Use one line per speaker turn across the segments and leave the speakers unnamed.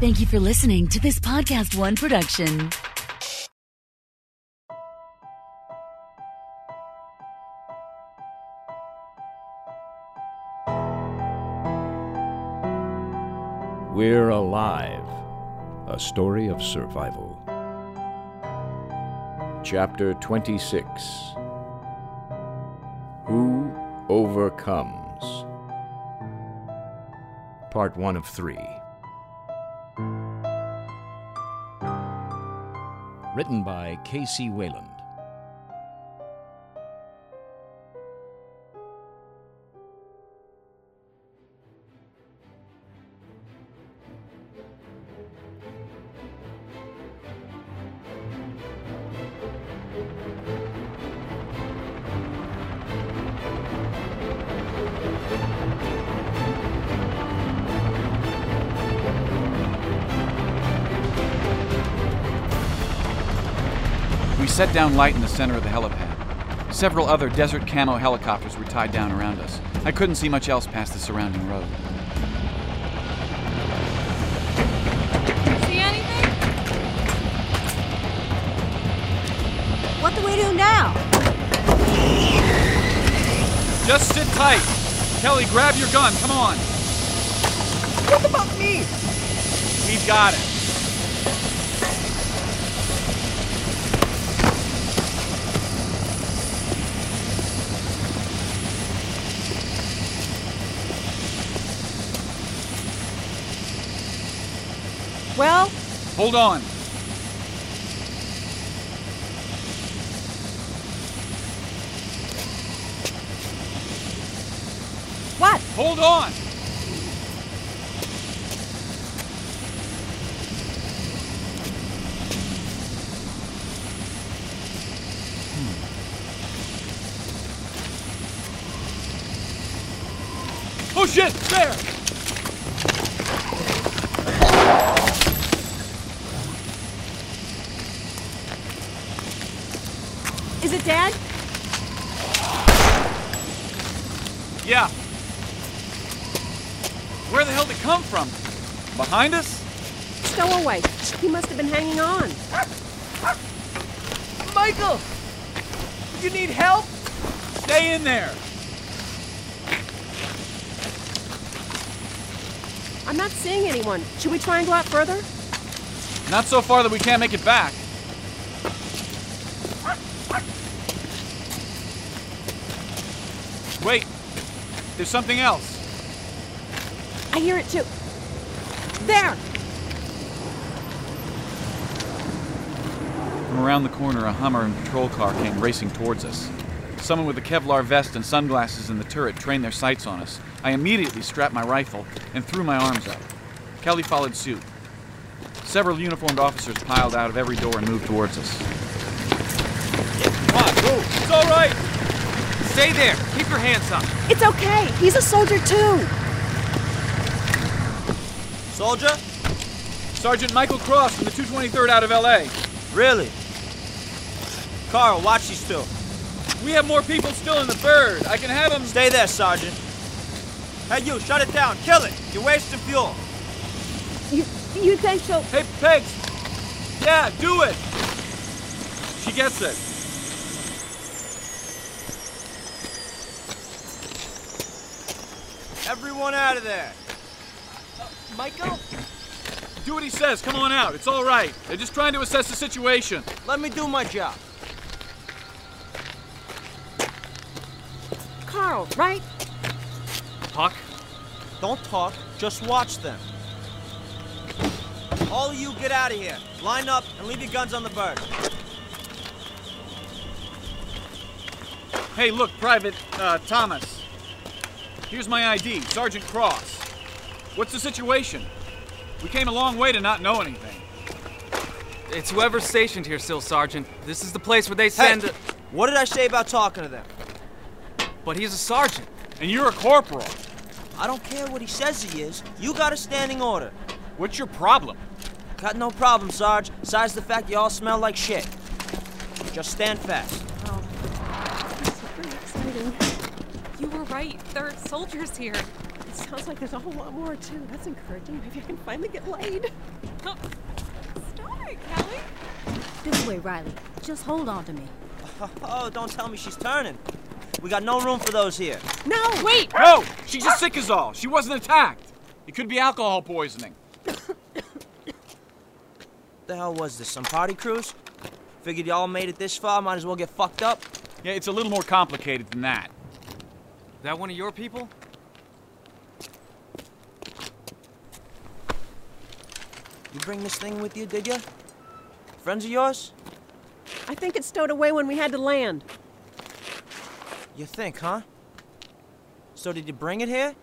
Thank you for listening to this Podcast One production.
We're Alive A Story of Survival. Chapter 26 Who Overcomes? Part 1 of 3. Written by Casey Wayland.
We set down light in the center of the helipad. Several other Desert Camo helicopters were tied down around us. I couldn't see much else past the surrounding road.
See anything?
What do we do now?
Just sit tight! Kelly, grab your gun, come on!
What about me?
We've got it.
Well,
Hold on.
what?
Hold on! Oh shit! There!
Is it dead?
Yeah. Where the hell did it come from? Behind us?
Stowaway. He must have been hanging on.
Michael! You need help? Stay in there!
I'm not seeing anyone. Should we try and go out further?
Not so far that we can't make it back. Wait, there's something else.
I hear it too. There!
From around the corner, a Hummer and patrol car came racing towards us. Someone with a Kevlar vest and sunglasses in the turret trained their sights on us. I immediately strapped my rifle and threw my arms up. Kelly followed suit. Several uniformed officers piled out of every door and moved towards us. Come on, go! It's all right! Stay there! Keep your hands up!
It's okay. He's a soldier too.
Soldier?
Sergeant Michael Cross from the 223rd out of LA.
Really? Carl, watch these two.
We have more people still in the bird. I can have them.
Stay there, Sergeant. Hey, you, shut it down. Kill it. You're wasting fuel.
You you think so?
Hey, Pegs. Yeah, do it. She gets it.
Everyone out of there.
Michael?
Do what he says. Come on out. It's all right. They're just trying to assess the situation.
Let me do my job.
Carl, right?
Huck.
Don't talk, just watch them. All of you get out of here. Line up and leave your guns on the bird.
Hey, look, Private uh, Thomas. Here's my ID, Sergeant Cross. What's the situation? We came a long way to not know anything.
It's whoever's stationed here still, Sergeant. This is the place where they send.
Hey, what did I say about talking to them?
But he's a sergeant.
And you're a corporal.
I don't care what he says he is. You got a standing order.
What's your problem?
Got no problem, Sarge. Besides the fact you all smell like shit. Just stand fast.
This is really exciting. You were right. There are soldiers here.
Sounds like there's a whole lot more, too. That's encouraging. Maybe I can finally get laid.
Stop it, Kelly.
This way, Riley. Just hold on to me.
Oh, don't tell me she's turning. We got no room for those here.
No!
Wait!
No! She's just sick as all. She wasn't attacked. It could be alcohol poisoning.
The hell was this? Some party cruise? Figured y'all made it this far, might as well get fucked up.
Yeah, it's a little more complicated than that.
That one of your people?
You bring this thing with you, did you? Friends of yours?
I think it stowed away when we had to land.
You think, huh? So did you bring it here?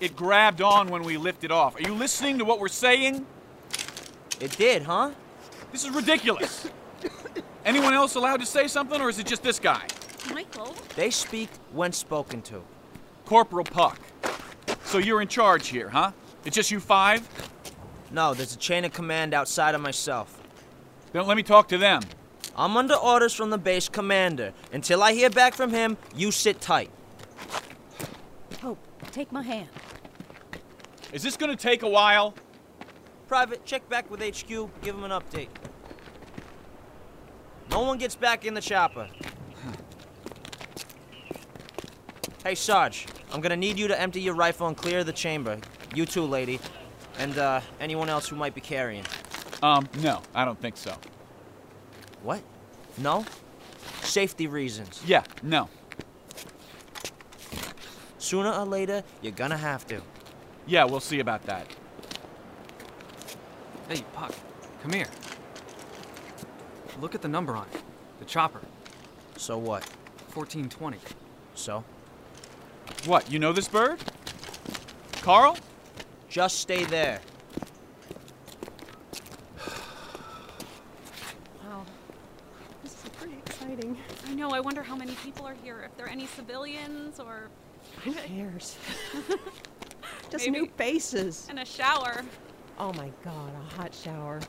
It grabbed on when we lifted off. Are you listening to what we're saying?
It did, huh?
This is ridiculous. Anyone else allowed to say something, or is it just this guy?
Michael?
They speak when spoken to.
Corporal Puck. So you're in charge here, huh? It's just you five?
No, there's a chain of command outside of myself.
Then let me talk to them.
I'm under orders from the base commander. Until I hear back from him, you sit tight.
Oh,
Hope, take my hand.
Is this gonna take a while?
Private, check back with HQ, give him an update. No one gets back in the chopper. hey, Sarge, I'm gonna need you to empty your rifle and clear the chamber. You too, lady. And uh, anyone else who might be carrying.
Um, no, I don't think so.
What? No? Safety reasons.
Yeah, no.
Sooner or later, you're gonna have to.
Yeah, we'll see about that.
Hey, Puck, come here. Look at the number on it. The chopper,
So what?
1420.
So?
What, you know this bird? Carl?
Just stay there.
Wow. This is pretty exciting.
I know, I wonder how many people are here, if there are any civilians or.
Who cares? Just
Maybe.
new faces.
and a shower.
Oh my god, a hot shower.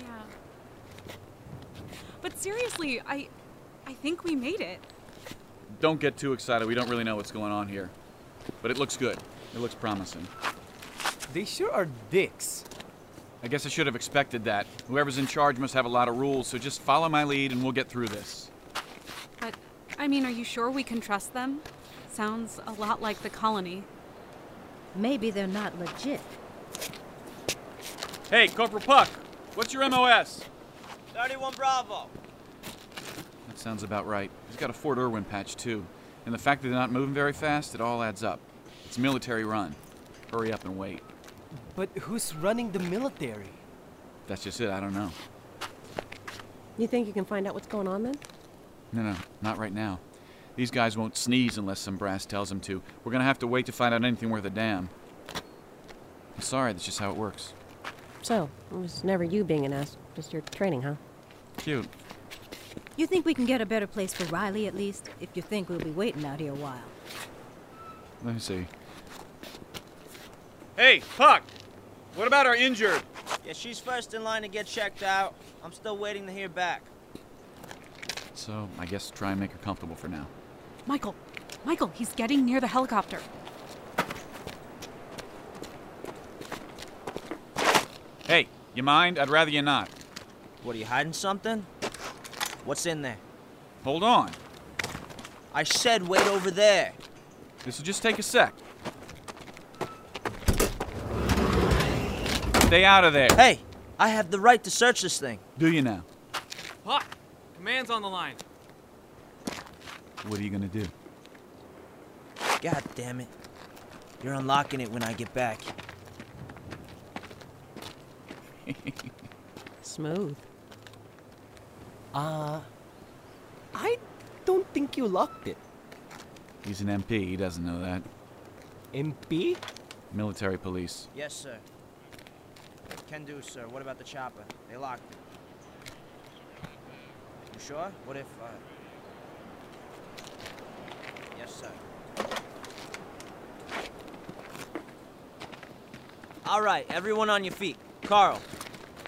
Yeah. But seriously, I. I think we made it.
Don't get too excited. We don't really know what's going on here. But it looks good. It looks promising.
They sure are dicks.
I guess I should have expected that. Whoever's in charge must have a lot of rules, so just follow my lead and we'll get through this.
But, I mean, are you sure we can trust them? Sounds a lot like the colony.
Maybe they're not legit.
Hey, Corporal Puck, what's your MOS?
31 Bravo.
That sounds about right. He's got a Fort Irwin patch, too. And the fact that they're not moving very fast, it all adds up. It's military run. Hurry up and wait.
But who's running the military?
That's just it. I don't know.
You think you can find out what's going on then?
No, no, not right now. These guys won't sneeze unless some brass tells them to. We're gonna have to wait to find out anything worth a damn. I'm sorry, that's just how it works.
So, it was never you being an ass, just your training, huh?
Cute.
You think we can get a better place for Riley at least, if you think we'll be waiting out here a while.
Let me see. Hey, Puck! What about our injured?
Yeah, she's first in line to get checked out. I'm still waiting to hear back.
So, I guess try and make her comfortable for now.
Michael! Michael, he's getting near the helicopter.
Hey, you mind? I'd rather you not.
What, are you hiding something? What's in there?
Hold on.
I said wait over there.
This will just take a sec. Stay out of there.
Hey, I have the right to search this thing.
Do you now?
Puck, command's on the line.
What are you gonna do?
God damn it. You're unlocking it when I get back.
Smooth.
Uh, I don't think you locked it.
He's an MP. He doesn't know that.
MP?
Military police.
Yes, sir. Can do, sir. What about the chopper? They locked it. You sure? What if, uh... Yes, sir. All right, everyone on your feet. Carl,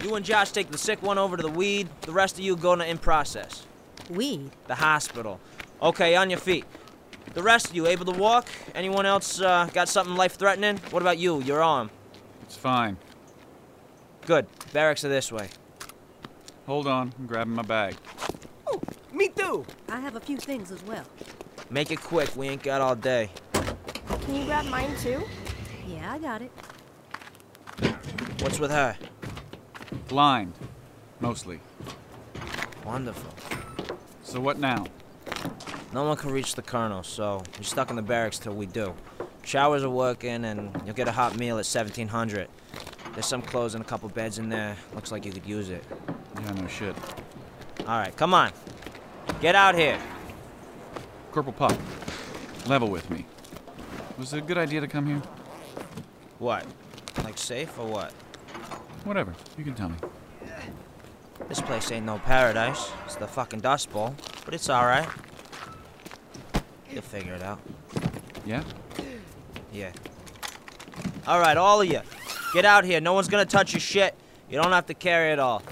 you and Josh take the sick one over to the weed. The rest of you go to in process.
Weed.
The hospital. Okay, on your feet.
The rest of you able to walk? Anyone else uh, got something life threatening? What about you? Your arm.
It's fine.
Good. Barracks are this way.
Hold on. I'm grabbing my bag.
Oh, me too.
I have a few things as well.
Make it quick. We ain't got all day.
Can you grab mine too?
Yeah, I got it.
What's with her?
Blind. Mostly.
Wonderful.
So what now?
No one can reach the colonel, so you're stuck in the barracks till we do. Showers are working, and you'll get a hot meal at 1700. There's some clothes and a couple beds in there. Looks like you could use it.
Yeah, no shit.
All right, come on. Get out here.
Corporal Pop, level with me. Was it a good idea to come here?
What? Like safe or what?
Whatever. You can tell me.
This place ain't no paradise. It's the fucking Dust Bowl, but it's all right. You'll figure it out.
Yeah?
Yeah. All right, all of you, get out here. No one's gonna touch your shit. You don't have to carry it all.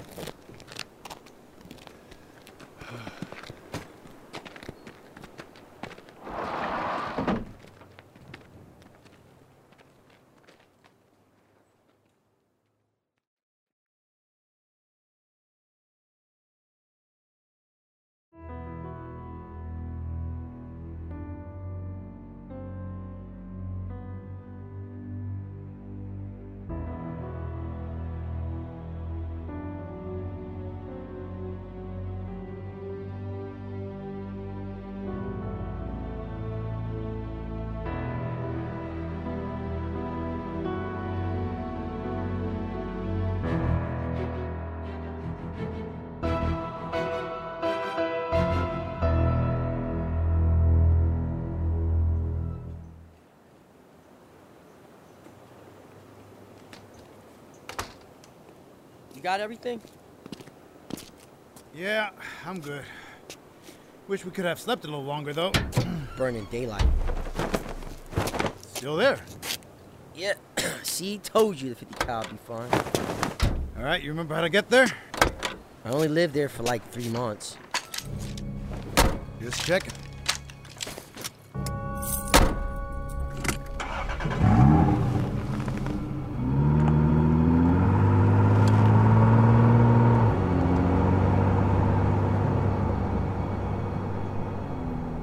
You got everything?
Yeah, I'm good. Wish we could have slept a little longer, though.
Burning daylight.
Still there.
Yeah, see, told you the 50 cal would be fine.
All right, you remember how to get there?
I only lived there for like three months.
Just checking.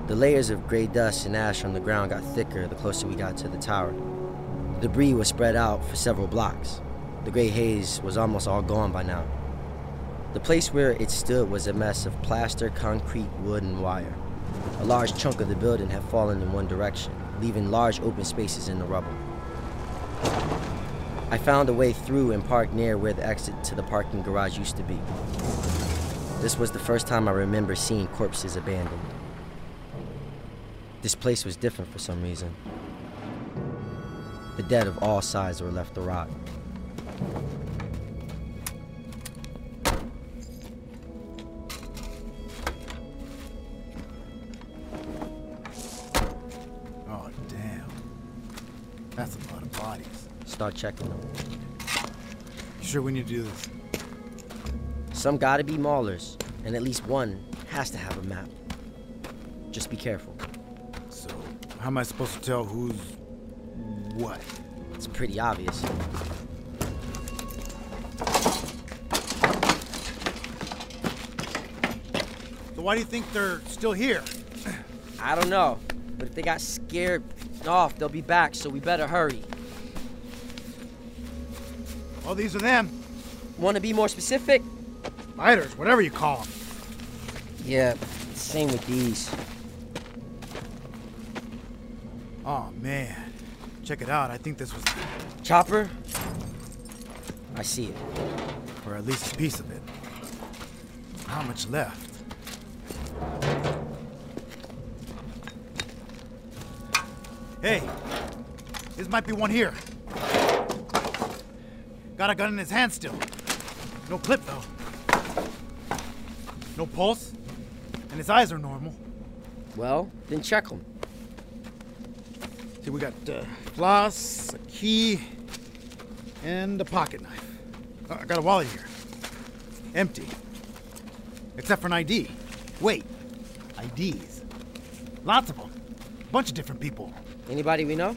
The layers of gray dust and ash on the ground got thicker the closer we got to the tower. The debris was spread out for several blocks. The gray haze was almost all gone by now. The place where it stood was a mess of plaster, concrete, wood, and wire. A large chunk of the building had fallen in one direction, leaving large open spaces in the rubble. I found a way through and parked near where the exit to the parking garage used to be. This was the first time I remember seeing corpses abandoned. This place was different for some reason. The dead of all sides were left to rot.
Oh, damn. That's a lot of bodies.
Start checking them.
You sure we need to do this?
Some gotta be maulers, and at least one has to have a map. Just be careful.
So, how am I supposed to tell who's what?
It's pretty obvious.
So, why do you think they're still here?
I don't know, but if they got scared off, they'll be back, so we better hurry.
Well, these are them.
Want to be more specific?
Biters, whatever you call them.
Yeah, same with these.
Oh, man. Check it out. I think this was.
Chopper? I see it.
Or at least a piece of it. How much left? Hey, this might be one here. Got a gun in his hand still. No clip though. No pulse, and his eyes are normal.
Well, then check them.
See, we got uh, floss, a key, and a pocket knife. Oh, I got a wallet here. Empty. Except for an ID. Wait, IDs. Lots of them. bunch of different people.
Anybody we know?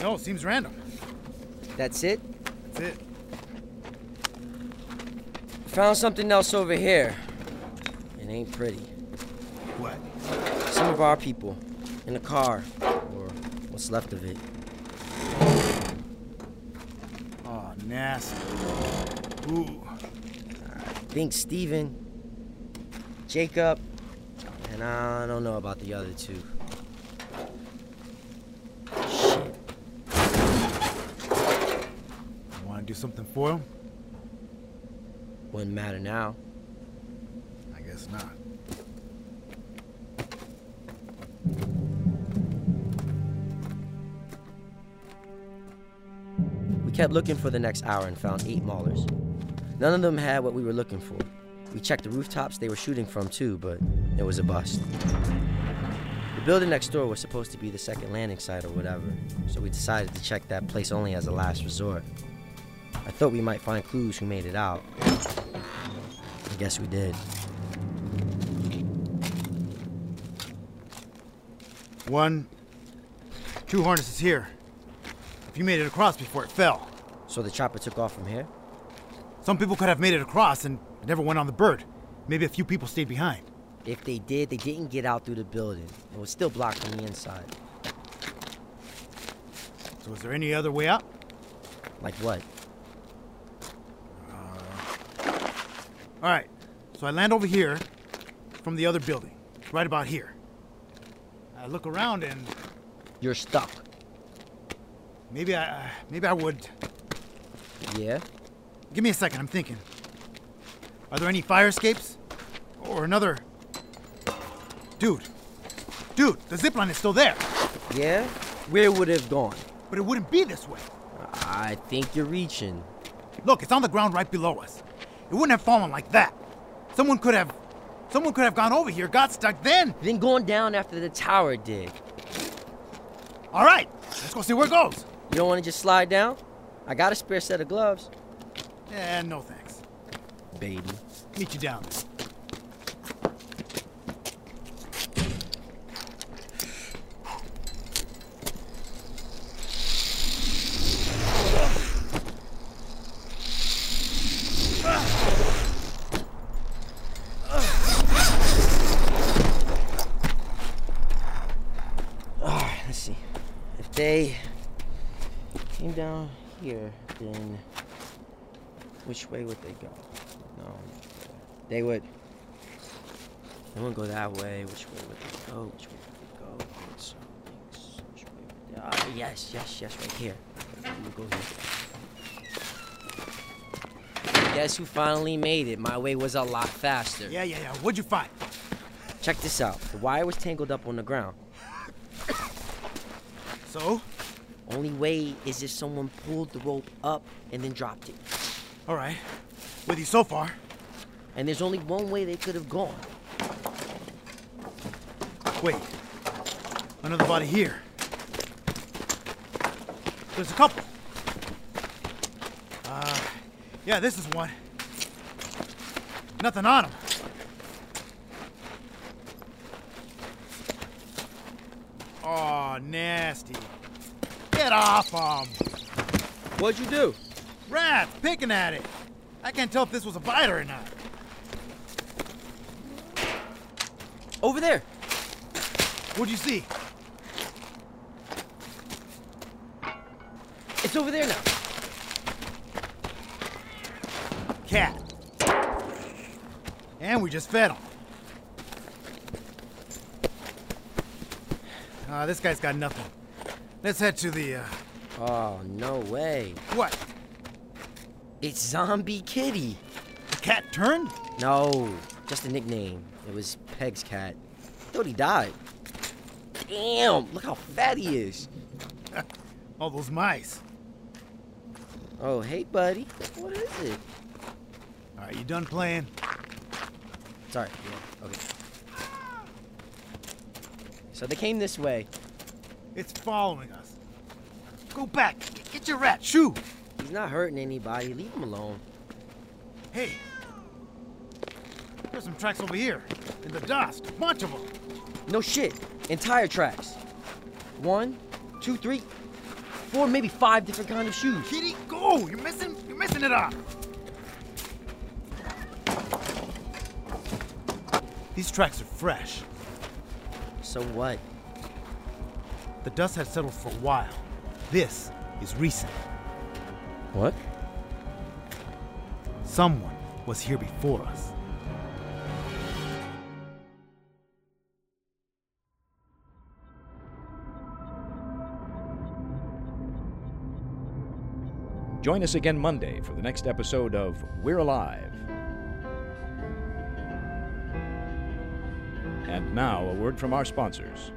No, seems random.
That's it?
That's it.
Found something else over here. It ain't pretty.
What?
Some of our people in a car, or what's left of it.
Oh, nasty. Ooh.
think Steven, Jacob, and I don't know about the other two.
Want to do something for him?
Wouldn't matter now.
I guess not.
We kept looking for the next hour and found eight maulers. None of them had what we were looking for. We checked the rooftops they were shooting from too, but it was a bust. The building next door was supposed to be the second landing site or whatever, so we decided to check that place only as a last resort. I thought we might find clues who made it out. I guess we did.
One, two harnesses here. If you made it across before it fell.
So the chopper took off from here?
Some people could have made it across and never went on the bird. Maybe a few people stayed behind.
If they did, they didn't get out through the building. It was still blocked from the inside.
So is there any other way out?
Like what?
All right. So I land over here from the other building, right about here. I look around and
You're stuck.
maybe I uh, maybe I would.
Yeah?
Give me a second. I'm thinking. Are there any fire escapes or another? Dude, dude, the zip line is still there,
Yeah? Where would it have gone?
but it wouldn't be this way.
I think you're reaching.
Look, it's on the ground right below us. It wouldn't have fallen like that. Someone could have, someone could have gone over here, got stuck then.
Then going down after the tower did.
All right, let's go see where it goes.
You don't want to just slide down? I got a spare set of gloves.
Eh, no thanks.
Baby.
Meet you down there.
Alright, let's see. If they came down here, then which way would they go? No. They would. They wouldn't go that way. Which way would they go? Which way would they go? It's- it's- Which way would they Ah, yes, yes, yes, right here. I'm gonna go here. Guess who finally made it? My way was a lot faster.
Yeah, yeah, yeah. What'd you find?
Check this out. The wire was tangled up on the ground.
So?
Only way is if someone pulled the rope up and then dropped it.
All right. With you so far.
And there's only one way they could have gone.
Wait. Another body here. There's a couple. Uh, yeah, this is one. Nothing on him. Oh, nasty. Get off him.
What'd you do?
Rats picking at it. I can't tell if this was a bite or not.
Over there.
What'd you see?
It's over there now.
Cat. And we just fed him. Uh, this guy's got nothing. Let's head to the, uh,
Oh, no way.
what?
It's Zombie Kitty.
The cat turned?
No, just a nickname. It was Peg's cat. Thought he died. Damn, look how fat he is.
All those mice.
Oh, hey, buddy. What is it?
All right, you done playing?
Sorry. Yeah, okay. So they came this way.
It's following us. Go back. G- Get your rat. Shoo.
He's not hurting anybody. Leave him alone.
Hey. There's some tracks over here. In the dust. A bunch of them.
No shit. Entire tracks. One, two, three, four, maybe five different kind of shoes.
Kitty, go! You're missing you're missing it up. These tracks are fresh.
So what?
The dust had settled for a while. This is recent.
What?
Someone was here before us.
Join us again Monday for the next episode of We're Alive. And now, a word from our sponsors.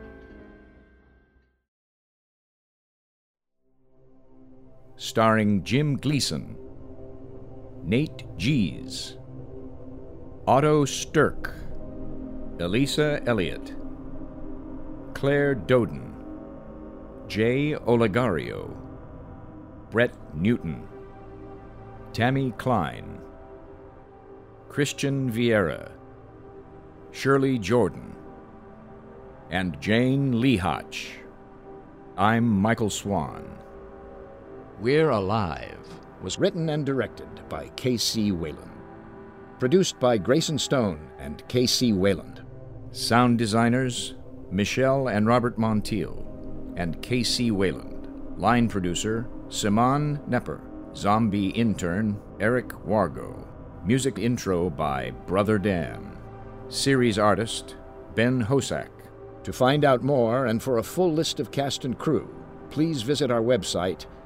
Starring Jim Gleason, Nate Gies, Otto Stirk, Elisa Elliott, Claire Doden, Jay Olegario, Brett Newton, Tammy Klein, Christian Vieira, Shirley Jordan, and Jane Lehotch. I'm Michael Swan. We're Alive was written and directed by K.C. Whalen. Produced by Grayson Stone and K.C. Wayland. Sound designers Michelle and Robert Montiel and K.C. Wayland. Line producer Simon Nepper. Zombie intern Eric Wargo. Music intro by Brother Dan. Series artist Ben Hosak. To find out more and for a full list of cast and crew, please visit our website